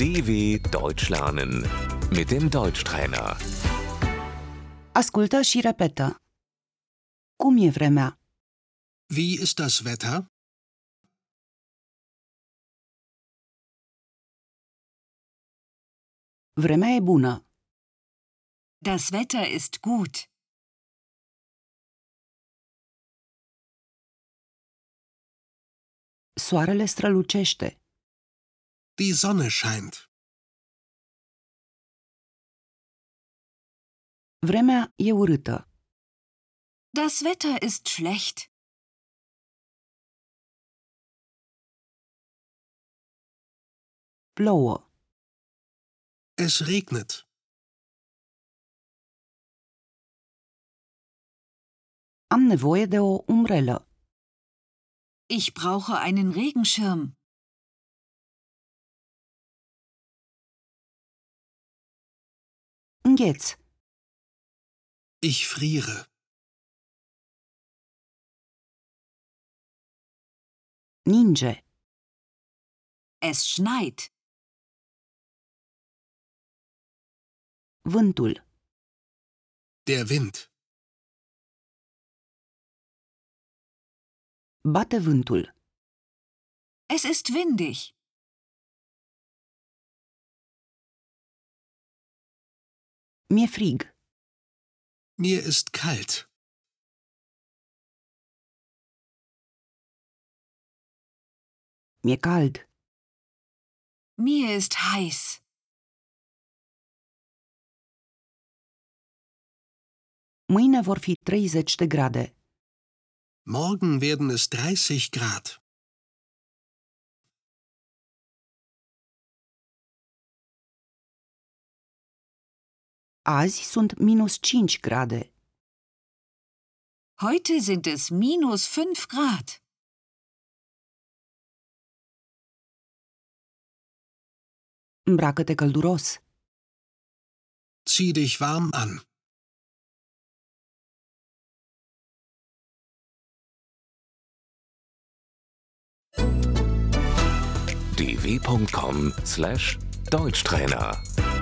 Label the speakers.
Speaker 1: DW Deutsch lernen mit dem Deutschtrainer.
Speaker 2: Ascultă și repetă. Cum e vremea?
Speaker 3: Wie ist das Wetter?
Speaker 2: Vremea e bună.
Speaker 4: Das Wetter ist gut.
Speaker 2: Soarele strălucește.
Speaker 3: Die Sonne scheint.
Speaker 2: Vremea e urâtă.
Speaker 4: Das Wetter ist schlecht.
Speaker 2: Plouă.
Speaker 3: Es regnet.
Speaker 2: Am nevoie de o umbrelă.
Speaker 4: Ich brauche einen Regenschirm.
Speaker 2: Îngheț.
Speaker 3: Ich friere.
Speaker 2: Ninge.
Speaker 4: Es schneit.
Speaker 2: Vântul.
Speaker 3: Der Wind.
Speaker 2: Bate vântul.
Speaker 4: Es ist windig.
Speaker 2: Mi-e frig.
Speaker 3: Mir ist kalt.
Speaker 2: Mi-e cald.
Speaker 4: Mir ist heiß.
Speaker 2: Mâine vor fi 30 de grade.
Speaker 3: Morgen werden es 30 Grad.
Speaker 2: Azi sunt minus 5 grade.
Speaker 4: Heute sind es minus 5 Grad.
Speaker 2: Îmbracă-te călduros.
Speaker 3: Zieh dich warm an.
Speaker 1: dw.com/deutschtrainer